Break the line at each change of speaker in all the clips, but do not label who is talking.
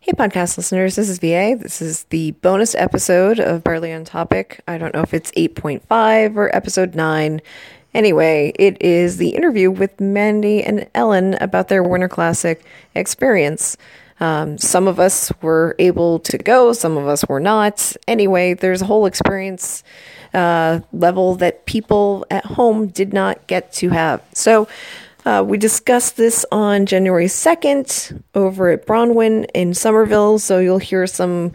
Hey, podcast listeners, this is VA. This is the bonus episode of Barley on Topic. I don't know if it's 8.5 or episode 9. Anyway, it is the interview with Mandy and Ellen about their Warner Classic experience. Um, some of us were able to go, some of us were not. Anyway, there's a whole experience uh, level that people at home did not get to have. So, uh, we discussed this on January 2nd over at Bronwyn in Somerville, so you'll hear some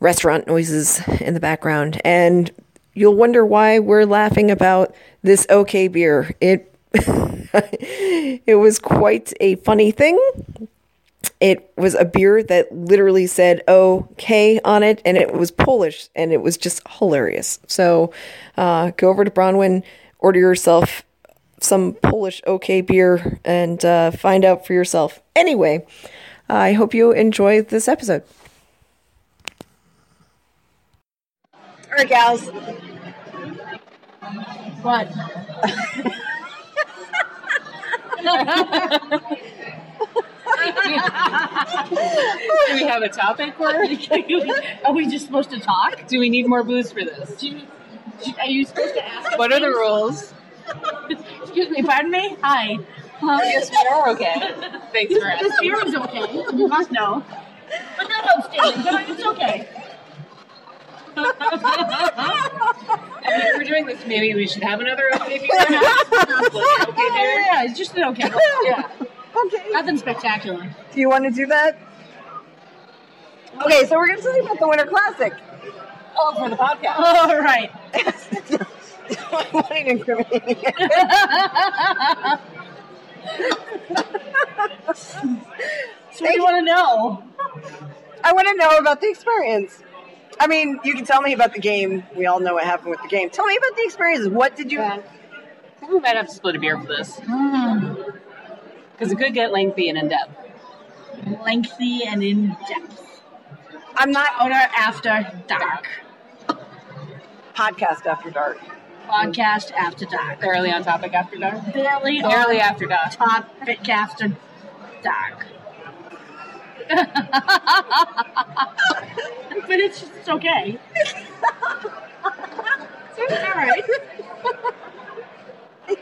restaurant noises in the background. And you'll wonder why we're laughing about this OK beer. It it was quite a funny thing. It was a beer that literally said OK on it, and it was Polish, and it was just hilarious. So uh, go over to Bronwyn, order yourself some Polish OK beer, and uh, find out for yourself. Anyway, I hope you enjoy this episode. All right, gals.
What?
Do we have a topic for
Are we just supposed to talk?
Do we need more booze for this?
Do you, do- are you supposed to ask?
What are the rules?
Excuse me, pardon me? Hi. Um,
Yes, we are okay. Thanks for
this
asking.
beer is okay. You must know. But not outstanding, but it's okay.
I mean, if we're doing this, maybe we should have another okay beer. okay
Yeah,
beer.
yeah, it's just an okay.
Yeah.
Okay.
Nothing spectacular.
Do you want to do that? Okay, so we're going to talk about the Winter Classic.
Oh, for the podcast.
All right.
I'm not even incriminating it.
So what do you want to know?
I want to know about the experience. I mean, you can tell me about the game. We all know what happened with the game. Tell me about the experience. What did you?
I think we might have to split a beer for this
Mm,
because it could get lengthy and in depth.
lengthy and in depth.
I'm not
Owner after dark.
podcast after dark.
Podcast after dark.
Early on topic after dark.
Barely on
Early after dark.
top pick after dark. but it's just it's okay. it's all right.
You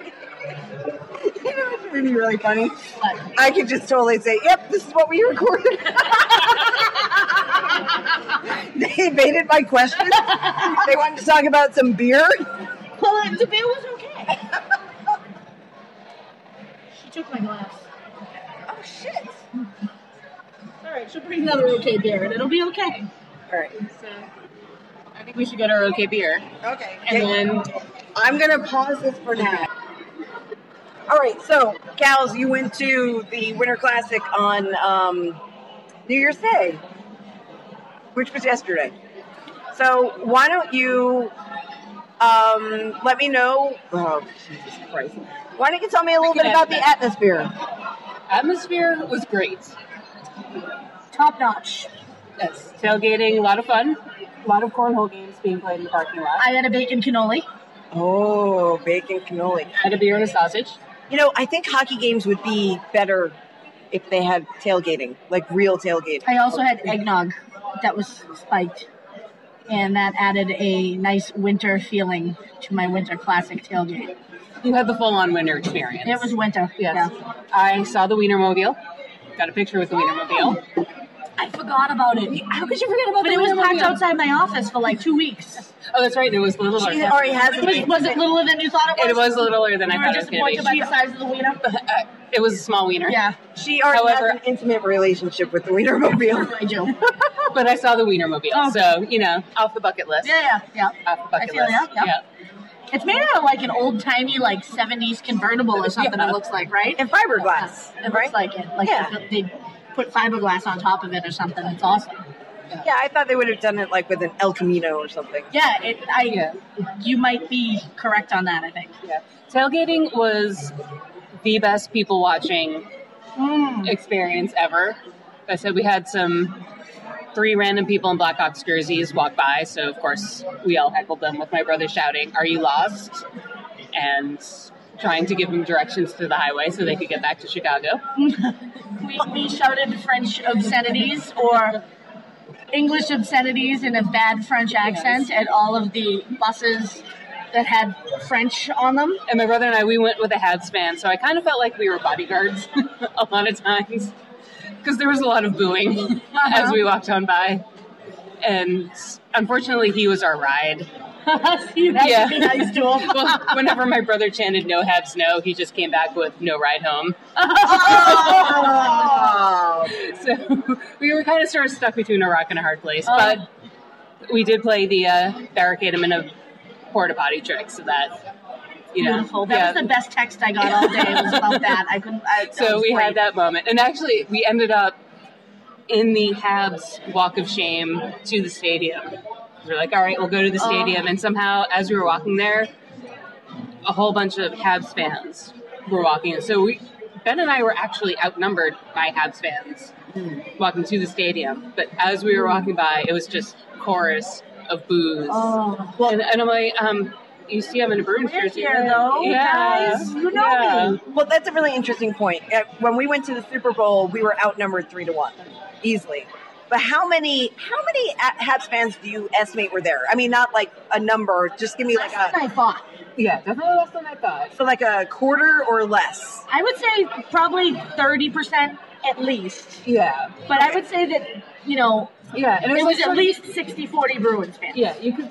know, it would be really funny.
But
I could just totally say, "Yep, this is what we recorded." they evaded my question. they wanted to talk about some beer.
well, the beer was okay. she took my glass.
Oh shit!
All right, she'll bring another okay beer, and it'll be okay.
All right.
So, I think we should go to our okay beer.
Okay.
And then,
I'm gonna pause this for now. All right, so gals, you went to the Winter Classic on um, New Year's Day, which was yesterday. So why don't you um, let me know? Oh, Jesus Christ! Why don't you tell me a little
can
bit about
edit
the atmosphere?
atmosphere was great.
Top notch.
Yes. Tailgating, a lot of fun. A lot of cornhole games being played in the parking lot.
I had a bacon cannoli.
Oh, bacon cannoli.
I had a beer and a sausage.
You know, I think hockey games would be better if they had tailgating, like real tailgating.
I also had eggnog that was spiked, and that added a nice winter feeling to my winter classic tailgate.
You had the full-on winter experience.
It was winter.
Yes. I saw the Wienermobile. Got a picture with the Wienermobile.
I forgot about it.
How could you forget about
But it was packed outside my office for like two weeks.
Oh, that's right. It was littler.
She already has
Was,
a
was it littler than you thought it was?
It was littler than I
You were
thought it was going
disappointed
to
by
be. uh,
the size of the wiener.
It was a small wiener.
Yeah,
She already
However-
has an intimate relationship with the Wienermobile.
I do.
But I saw the Wienermobile,
Oh.
so you know, off the bucket list.
Yeah, yeah, yeah.
Off the bucket
I feel
list.
ya, yeah. It's made out of like an old timey like '70s convertible or something.
Yeah.
It looks like, right?
And fiberglass,
It looks
right?
like it. Like
Yeah.
they, they put fiberglass on top of it or something. It's awesome.
yeah, I thought they would have done it like with an El Camino or something.
Yeah, it, I.
Yeah.
You might be correct on that. I think.
yeah. Tailgating was the best people watching
Mm.
experience ever. I said we had some three random people in Blackhawks jerseys walk by, so of course we all heckled them with my brother shouting, "Are you lost?" and trying to give them directions to the highway so they could get back to Chicago.
we, we shouted French obscenities or English obscenities in a bad French accent at all of the buses that had French on them.
And my brother and I, we went with a hat span, so I kind of felt like we were bodyguards a lot of times because there was a lot of booing
Uh-huh.
as we walked on by. And unfortunately, he was our ride.
See, that
Yeah.
would be nice to 'em.
well, whenever my brother chanted "No hats, no," he just came back with "No ride home."
Oh,
So we were kind of sort of stuck between a rock and a hard place.
Oh.
But we did play the uh, barricade him in a porta potty trick, so that you know,
Beautiful. That
yeah.
was the best text I got all day. It was about that. I couldn't. I, that
so
was
we
great.
had that moment, and actually we ended up in the Habs Walk of Shame to the stadium. We were like, all right, we'll go to the
Oh.
stadium, and somehow as we were walking there, a whole bunch of Habs fans were walking. So we, Ben and I were actually outnumbered by Habs fans
Hmm.
walking to the stadium. But as we were walking by, it was just chorus of boos.
Oh,
well,
And, and I'm like, um, you see, I'm in a Bruins
we're
jersey.
here though,
Yeah.
guys. You know
Yeah.
me.
well, that's a really interesting point. Uh, When we went to the Super Bowl, we were outnumbered three to one, easily. But how many how many A- Habs fans do you estimate were there? I mean, not like a number. Just give me like
Less
a
than I thought.
Yeah, definitely less than I thought.
so like a quarter or less.
I would say probably thirty percent at least.
Yeah.
But I would say that you know
Yeah, and
it was
like
at
sort of-
least 60-40 Bruins fans.
Yeah, you could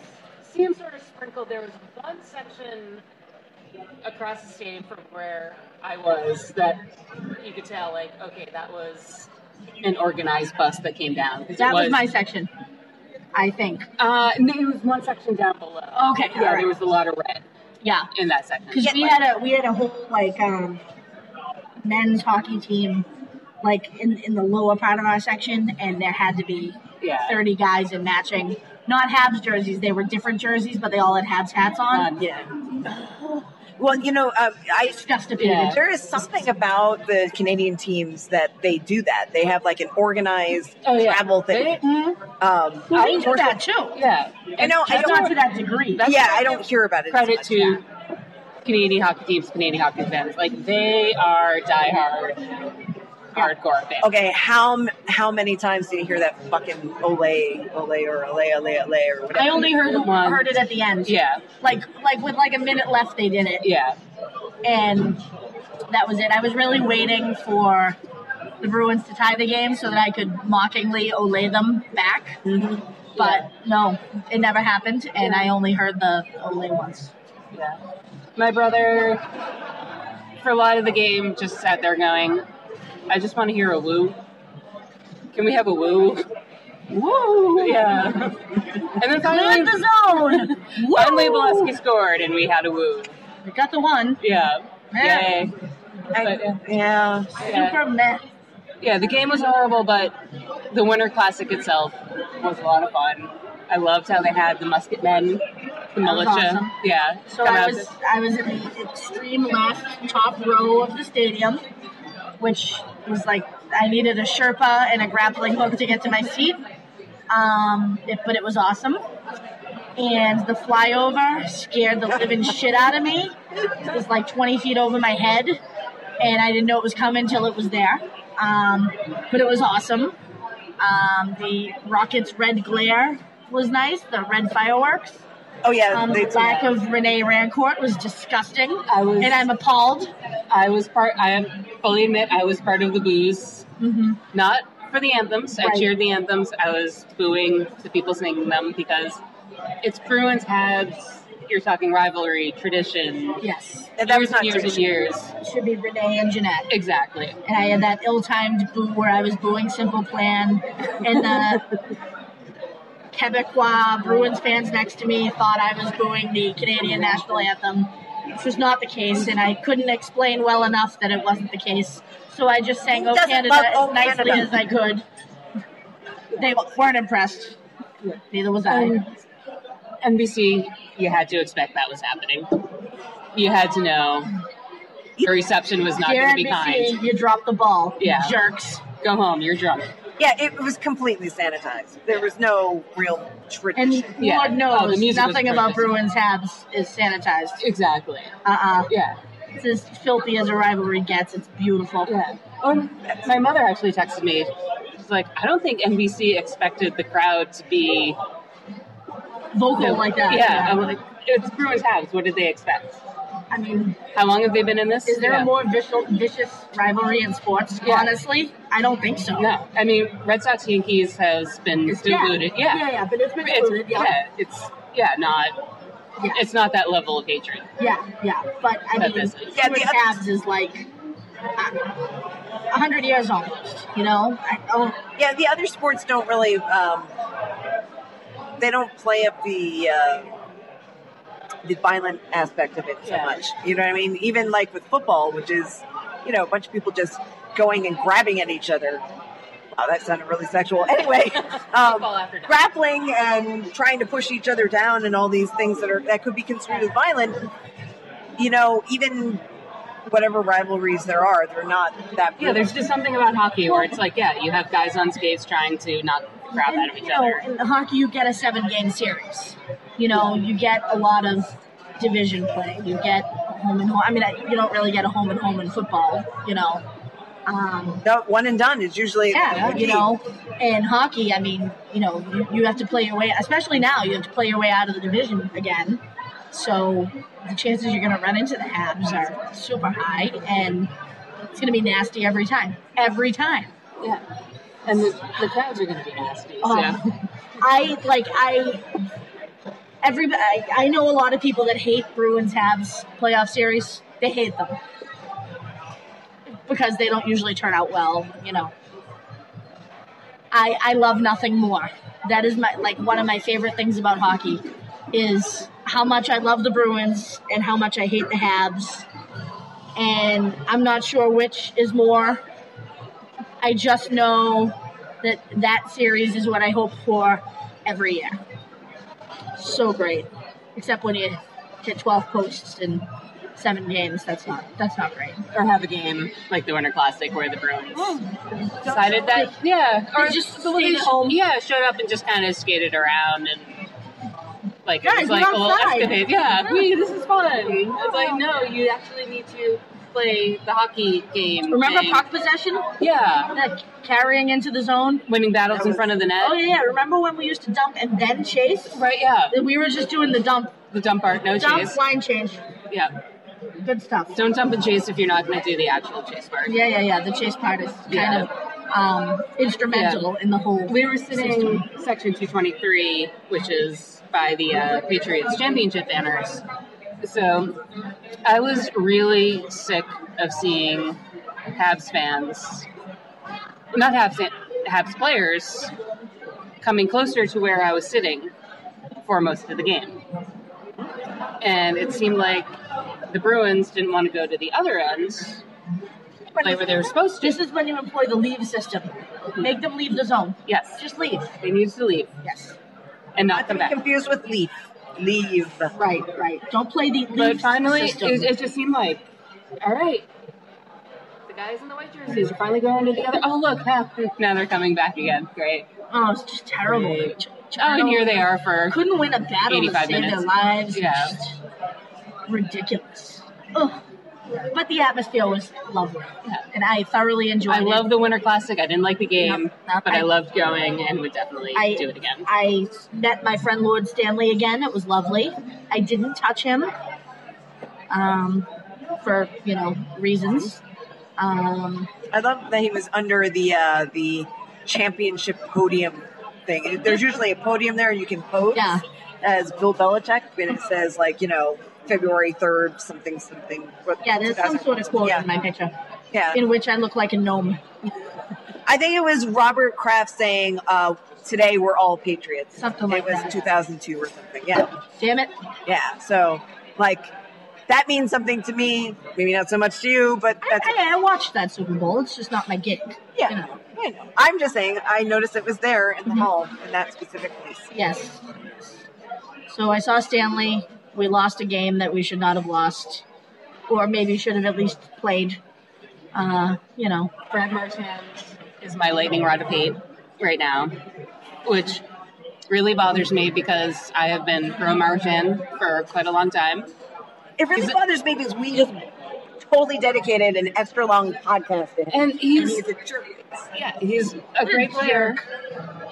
see him sort of sprinkled. There was one section across the stadium from where I was that you could tell, like, okay, that was an organized bus that came down. 'Cause it
That was my section. I think.
Uh, no, it was one section down below.
Okay,
Yeah,
alright.
there was a lot of red
Yeah.
in that section.
Because we had a we had a whole like um, men's hockey team like in, in the lower part of our section and there had to be
Yeah.
thirty guys in matching not Habs jerseys, they were different jerseys, but they all had Habs hats on.
um,
Yeah. Well, you know, um, I
Disgusting.
Yeah.
There is something about the Canadian teams that they do that. They have like an organized
Oh, yeah.
travel thing.
They- mm-hmm.
um,
Well, we
I-
do that too.
yeah.
I know. I
Just not to
don't.
that degree.
That's
Yeah,
what
I
I
don't hear about it. as
Credit
much.
to Canadian hockey teams, Canadian hockey fans. Like, they are diehard, hardcore fans.
Okay, how m- how many times did you hear that fucking ole ole or ole ole ole or whatever?
I only heard
One.
heard it at the end.
Yeah,
Like like with like a minute left they did it.
yeah.
and that was it. I was really waiting for the Bruins to tie the game so that I could mockingly ole them back.
Mm-hmm.
But no, it never happened, and I only heard the ole once.
Yeah. My brother, for a lot of the game, just sat there going, I just want to hear a woo. Can we have a woo? Woo! Yeah. and then
Cleared
finally,
the zone.
finally Valesky scored and we had a woo.
We got the one.
Yeah.
Yeah.
Yay.
I-
But,
yeah.
yeah.
Super meh.
yeah, the game was horrible, but the Winter Classic itself was a lot of fun. I loved how they had the musket men, the
That was
militia.
awesome.
Yeah.
So
come
I
out
was
to-
I was in the extreme left top row of the stadium, which was like I needed a Sherpa and a grappling hook to get to my seat. Um, it, but it was awesome. And the flyover scared the living shit out of me. It was like 20 feet over my head, and I didn't know it was coming till it was there. Um, but it was awesome. Um, the rocket's red glare was nice. The red fireworks.
Oh yeah.
Um,
they
the
do
lack
that.
of Renee Rancourt was disgusting,
I was-
and I'm appalled.
I was part. I fully admit I was part of the booze.
Mm-hmm.
Not for the anthems. I
Right.
cheered the anthems. I was booing the people singing them because it's Bruins Habs. You're talking rivalry tradition.
Yes,
And that was
years
not
and years
tradition.
and years.
it should be Renee and Jeanette.
Exactly.
And I had that ill-timed boo where I was booing Simple Plan, and the Quebecois Bruins fans next to me thought I was booing the Canadian national anthem, which was not the case, and I couldn't explain well enough that it wasn't the case. So I just sang "Oh
doesn't
Canada"
love Oh
as nicely
Canada?
as I could. They weren't impressed. Neither was I.
And NBC, you had to expect that was happening. You had to know the reception was not
Dear
going to be
NBC,
kind.
You dropped the ball.
Yeah.
Jerks.
Go home. You're drunk.
Yeah, it was completely sanitized. There was no real
And
tradition.
Yeah.
Lord
Oh, the
knows,
music was
nothing about
perfect.
Bruins Habs is sanitized.
Exactly.
Uh uh
Yeah.
It's as filthy as a rivalry gets. It's beautiful.
Yeah. Um, my mother actually texted me. She's like, I don't think NBC expected the crowd to be
Vocal like that.
Oh Yeah, I'm like, it's Bruins Habs. What did they expect?
I mean,
How long have they been in this?
is there
Yeah.
a more vicious, vicious rivalry in sports?
Yeah.
Honestly, I don't think so.
No, I mean Red Sox Yankees has been
It's- yeah.
diluted. Yeah,
yeah, yeah, but it's been
It's,
diluted.
yeah.
yeah.
it's yeah, not
Yeah.
it's not that level of hatred.
Yeah, yeah, but I
But
mean,
this-
Yeah,
yeah,
the
the
other-
Habs is like uh, a hundred years almost. You know, I, oh,
Yeah, the other sports don't really. Um, they don't play up the uh, the violent aspect of it so
Yeah.
much. You know what I mean? Even like with football, which is you know a bunch of people just going and grabbing at each other. Wow, that sounded really sexual. Anyway, um,
Football after dark.
grappling and trying to push each other down and all these things that are that could be construed as violent. You know, even whatever rivalries there are, they're not that.
Yeah, there's just something about hockey where it's like, yeah, you have guys on skates trying to knock the crap
and,
out of each
you know,
other.
in hockey you get a seven-game series. You know, you get a lot of division play. You get home and home. I mean, I, you don't really get a home and home in football. You know, um,
that one and done is usually
yeah,
the
you
key.
know, in hockey, I mean, you know, you, you have to play your way, especially now, you have to play your way out of the division again. So the chances you're going to run into the Habs are super high, and it's going to be nasty every time. Every time.
Yeah. And the, the crowds are gonna be nasty.
Oh.
So
I like I. Everybody, I, I know a lot of people that hate Bruins Habs playoff series. They hate them because they don't usually turn out well. You know, I I love nothing more. That is my like one of my favorite things about hockey is how much I love the Bruins and how much I hate the Habs. And I'm not sure which is more. I just know that that series is what I hope for every year. So great, except when you hit 12 posts in seven games. That's not that's not great.
or have a game like the Winter Classic where the Bruins decided that Oh, yeah. Or
They just
the
stayed at home.
Yeah, showed up and just kinda skated around and like it
Guys,
was
we're
like a little
outside.
escapade. Yeah, we this is fun. It's like no, you actually need to play the hockey game.
Remember
thing.
puck possession?
Yeah.
That carrying into the zone.
Winning battles
That
in
was-
front of the net.
Oh yeah, yeah. Remember when we used to dump and then chase?
Right, yeah.
We were just doing the dump,
The dump art, no
dump
chase.
line change.
Yeah.
Good stuff.
Don't dump and chase if you're not going to do the actual chase part.
Yeah, yeah, yeah. The chase part is kind
Yeah.
of um, instrumental in the whole.
We were sitting section 223, which is by the uh, Patriots championship banners. So I was really sick of seeing Habs fans, not Habs, fan- Habs players, coming closer to where I was sitting for most of the game. And it seemed like the Bruins didn't want to go to the other end, play where they were supposed to.
This is when you employ the leave system. Make them leave the zone.
Yes,
Just leave.
they needed to leave
Yes.
and
Not
not
to
come
be
back.
confused with leaf. Leave.
Right, right. Don't play the
But
leave
finally, it,
system.
it just seemed like, all right, the guys in the white jerseys are finally going into the other. Oh, look, now, now they're coming back again. Great.
oh, it's just terrible. Ch- ch-
Oh, and here they are for.
Couldn't win a battle to
85
save their
minutes.
lives.
Yeah.
Just ridiculous. Ugh. But the atmosphere was lovely,
Yeah.
and I thoroughly enjoyed
I
it.
love the Winter Classic. I didn't like the game,
Nope, nope,
but I,
I-
loved going and would definitely
I-
do it again.
I met my friend Lord Stanley again. It was lovely. I didn't touch him um, for you know reasons. Um,
I love that he was under the uh, the championship podium thing. There's usually a podium there you can pose
Yeah.
as Bill Belichick, and it says like you know February third something something. what-
yeah, there's some sort of quote in my picture
Yeah, yeah.
in which I look like a gnome.
I think it was Robert Kraft saying uh, today we're all patriots.
Something like
it was
that.
2002 or something. Yeah.
Damn it!
Yeah. So, like, that means something to me. Maybe not so much to you, but
I,
that's.
I, I watched that Super Bowl. It's just not my gig.
yeah.
You know. Mm-hmm.
I know. I'm just saying, I noticed it was there in the hall in that specific place.
Yes. So I saw Stanley. We lost a game that we should not have lost, or maybe should have at least played. Uh, you know,
Brad Marchand is my lightning rod of hate right now, which really bothers me because I have been pro Marchand for quite a long time.
It really
Is it-
bothers me because we just totally dedicated and extra long podcasting. And
And
he's
he's
a jerk.
yeah, he's a great player,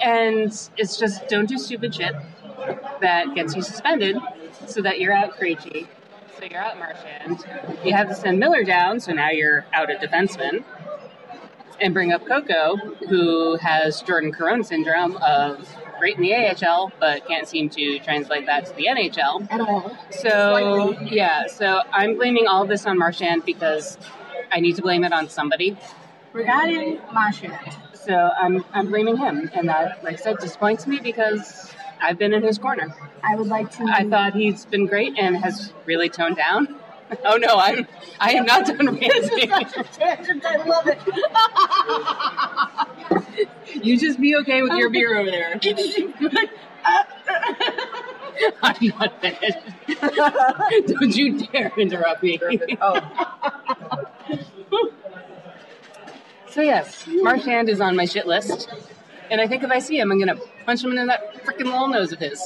and it's just don't do stupid shit that gets you suspended, so that you're out Creechy, so you're out Marchand. You have to send Miller down, so now you're out a defenseman, and bring up Coco, who has Jordan Caron syndrome of great in the AHL, but can't seem to translate that to the NHL.
at all.
So yeah, so I'm blaming all this on Marchand because I need to blame it on somebody.
Regarding Masha,
So I'm I'm blaming him, and that, like I said, disappoints me because I've been in his corner.
I would like to.
I thought he's been great and has really toned down. Oh no, I'm I am not done ranting.
I love it.
you just be okay with your beer over there. I'm not finished. Don't you dare interrupt me.
Oh,
So yes, Marchand is on my shit list, and I think if I see him, I'm gonna punch him in that freaking little nose of his.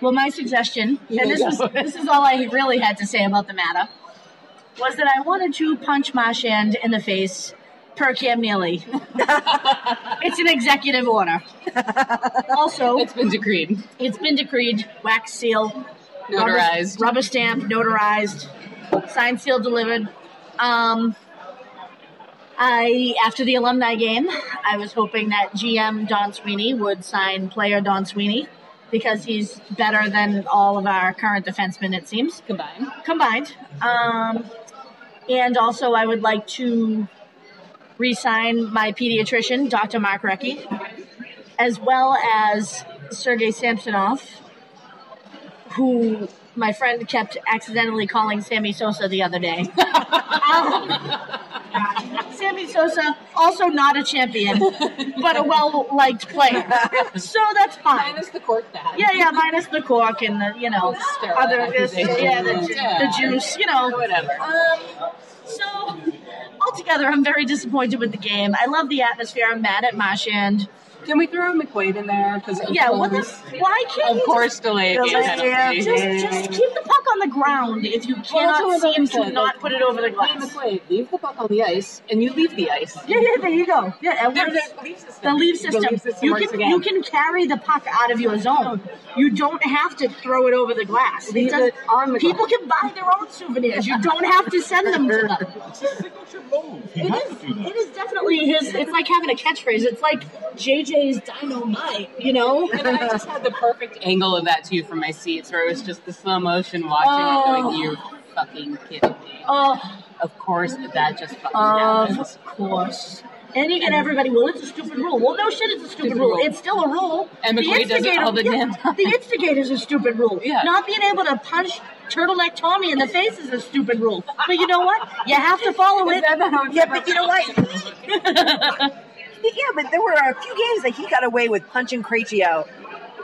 Well, my suggestion, and this
Yeah.
is this is all I really had to say about the matter, was that I wanted to punch Marshand in the face per Cam Neely. it's an executive order. also,
It's been decreed,
it's been decreed, wax seal,
notarized.
rubber, rubber stamp, notarized, signed, sealed, delivered. Um, I after the alumni game, I was hoping that GM Don Sweeney would sign player Don Sweeney because he's better than all of our current defensemen, it seems
Combined.
combined. Um, and also, I would like to re-sign my pediatrician, Dr. Mark Recchi, as well as Sergey Samsonov, who my friend kept accidentally calling Sammy Sosa the other day. Um, Sammy Sosa, also not a champion, but a well-liked player. So that's fine.
Minus the cork bag.
Yeah, yeah, minus the cork and the, you know,
Steroid
other,
accusations.
yeah, the, ju-
Yeah.
the juice, you know.
Whatever.
Um, so, altogether, I'm very disappointed with the game. I love the atmosphere. I'm mad at Marchand.
Can we throw McQuaid in there? Because
Yeah,
course,
what the, why can't
of
you
course, delayed
Yeah,
game penalty.
just, just, just keep the puck on the ground if you cannot
that's what
seem
I'm
to
saying,
not
like,
put it over the
Hey,
glass.
McQuaid, leave the puck on the ice, and you leave the ice.
Yeah, yeah, there you go. Yeah, it
There's
works.
a leaf system.
The leaf system.
The leaf system
you
works
can
again.
you can carry the puck out of your zone. You don't have to throw it over the glass. It
Leave
doesn't-
it on the
people can buy their own souvenirs. You don't have to send them to them.
It's a signature move. You
It
have
is.
to do that.
It is definitely his. It's like having a catchphrase. It's like JJ's dynamite. You know.
And I just had the perfect angle of that too from my seats, where it was just the slow motion watching.
Oh.
it Going, you fucking kidding me?
Oh, Um,
Of course, that just fucking happens.
of course. Any and everybody. Well, it's a stupid rule. Well, no shit, it's a stupid
Stupid
rule.
rule.
It's still a rule.
And
the
McQuaid does it
instigator-
all the
yeah,
damn time.
The instigator's a stupid rule.
Yeah.
Not being able to punch turtleneck Tommy in the face is a stupid rule. But you know what? You have to follow it.
yeah, but you know what? yeah, but there were a few games that he got away with punching Krejci out.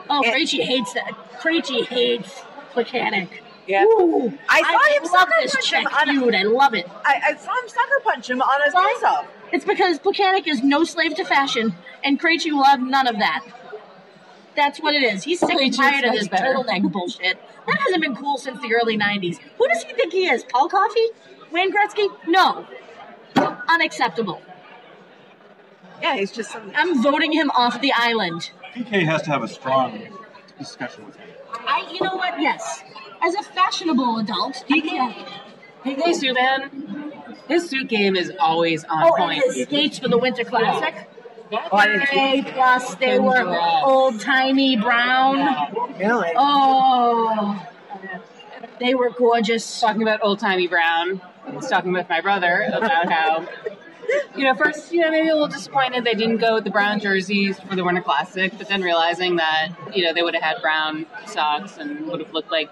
Oh,
It-
Krejci hates that. Krejci hates Placanic.
Yeah.
Ooh,
I saw him
love
sucker
this
punch
Czech
him on a,
feud. I love it.
I, I saw him sucker punch him on a
Why?
face-off.
It's because Placanic is no slave to fashion, and Krejci will have none of that. That's what it is. He's sick and
Krejci's
tired of
much
this
better.
turtleneck bullshit. That hasn't been cool since the early 90s. Who does he think he is? Paul Coffey? Wayne Gretzky? No. Unacceptable.
Yeah, he's just some.
I'm voting him off the island.
PK has to have a strong discussion with him.
I, you know what? Yes. As a fashionable adult, I think-
Hey, Suman. His suit game is always on
Oh, and
point.
his skates for the Winter Classic.
Oh, I didn't see.
A plus, they were old timey brown.
Really?
Oh, they were gorgeous.
talking about old timey Brown. I was talking with my brother about how, you know, first, you know, maybe a little disappointed they didn't go with the brown jerseys for the Winter Classic, but then realizing that, you know, they would have had brown socks and would have looked like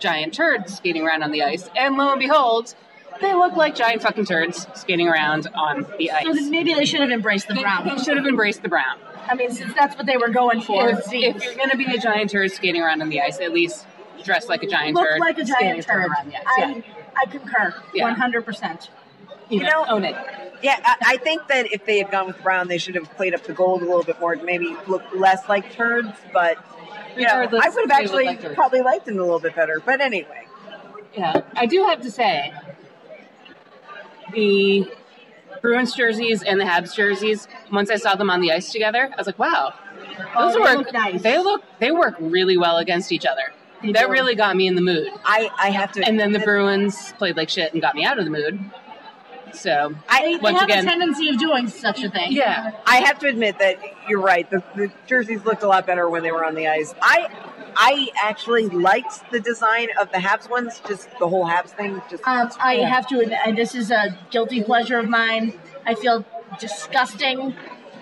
giant turds skating around on the ice. And lo and behold, they look like giant fucking turds skating around on the ice.
So then maybe they should have embraced the
They-
brown.
They should have embraced the brown.
I mean, since that's what they were going for.
If, if you're going to be a giant turd skating around on the ice, at least dress like a giant
look
turd.
like a
skating
giant turd.
around the ice. Yeah.
I, I concur,
Yeah.
one hundred percent.
you
You
know,
know-
own it.
Yeah, I, I think that if they had gone with Brown, they should have played up the gold a little bit more to maybe look less like turds. But you know,
Regardless,
I would have
they look
actually
like turds.
probably liked him a little bit better. But anyway,
Yeah, I do have to say, the Bruins jerseys and the Habs jerseys. Once I saw them on the ice together, I was like, wow,
Oh,
those
they
work.
look nice.
They look. They work really well against each other.
They
that
do.
really got me in the mood.
I, I have to.
And then the
admit-
Bruins played like shit and got me out of the mood. So
They,
I,
they
Once
have
again-
a tendency of doing such a thing.
yeah,
I have to admit that you're right. The, the jerseys looked a lot better when they were on the ice. I I actually liked the design of the Habs ones. Just the whole Habs thing. Just
Um, I have to admit, and this is a guilty pleasure of mine. I feel disgusting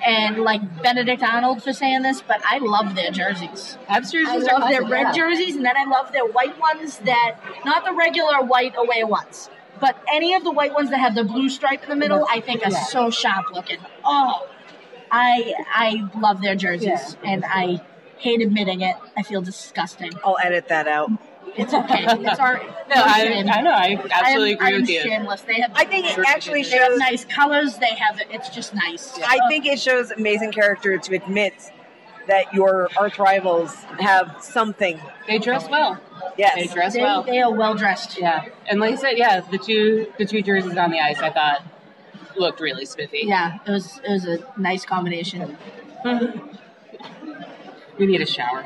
and like Benedict Arnold for saying this, but I love their jerseys.
Habs jerseys
I
are
love their
classic,
red
yeah.
jerseys, and then I love their white ones that, not the regular white away ones, but any of the white ones that have the blue stripe in the middle, I think are so sharp looking. Oh, I I love their jerseys, and I hate admitting it. I feel disgusting.
I'll edit that out.
It's okay. It's our
No, I, I know. I absolutely
I am,
agree with you.
I am shameless. They have
I think it actually
they have
shows.
nice colors. They have it's just nice.
I think it shows amazing character to admit that your arch rivals have something.
They dress well. They
Yes.
dress
they,
well.
they are well dressed.
yeah, and like I said, yeah, the two the two jerseys on the ice, I thought looked really spiffy.
Yeah, it was it was a nice combination.
we need a shower.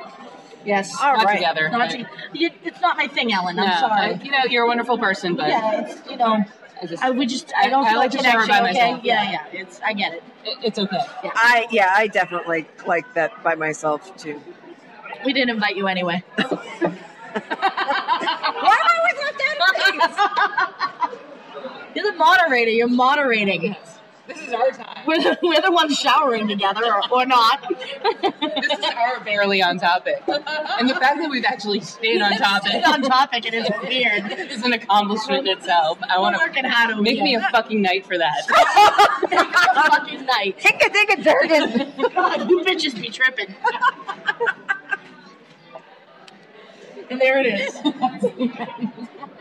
Yes.
All
Not
right.
together.
Not
but-
to- you- it's not my thing, Ellen. I'm
No,
sorry.
I- you know, you're a wonderful person, but
yeah, it's you know,
I just,
I would just I don't
I
feel
like
a
to shower
connection.
by
okay,
myself.
yeah, yeah, it's I get it.
it- it's okay.
I yeah. I definitely like that by myself too.
We didn't invite you anyway.
Why am I always left out of things?
You're the moderator. You're moderating.
This is our time.
We're the, we're the ones showering together, or, or not.
This is our barely on topic, and the fact that we've actually stayed on topic
It's on topic, and it's weird.
is an accomplishment in itself. I
We're
want to
working hard over
make
here.
me a fucking night for that.
fucking night.
Tinka dinka dirkin.
God, you bitches be tripping. and there it is.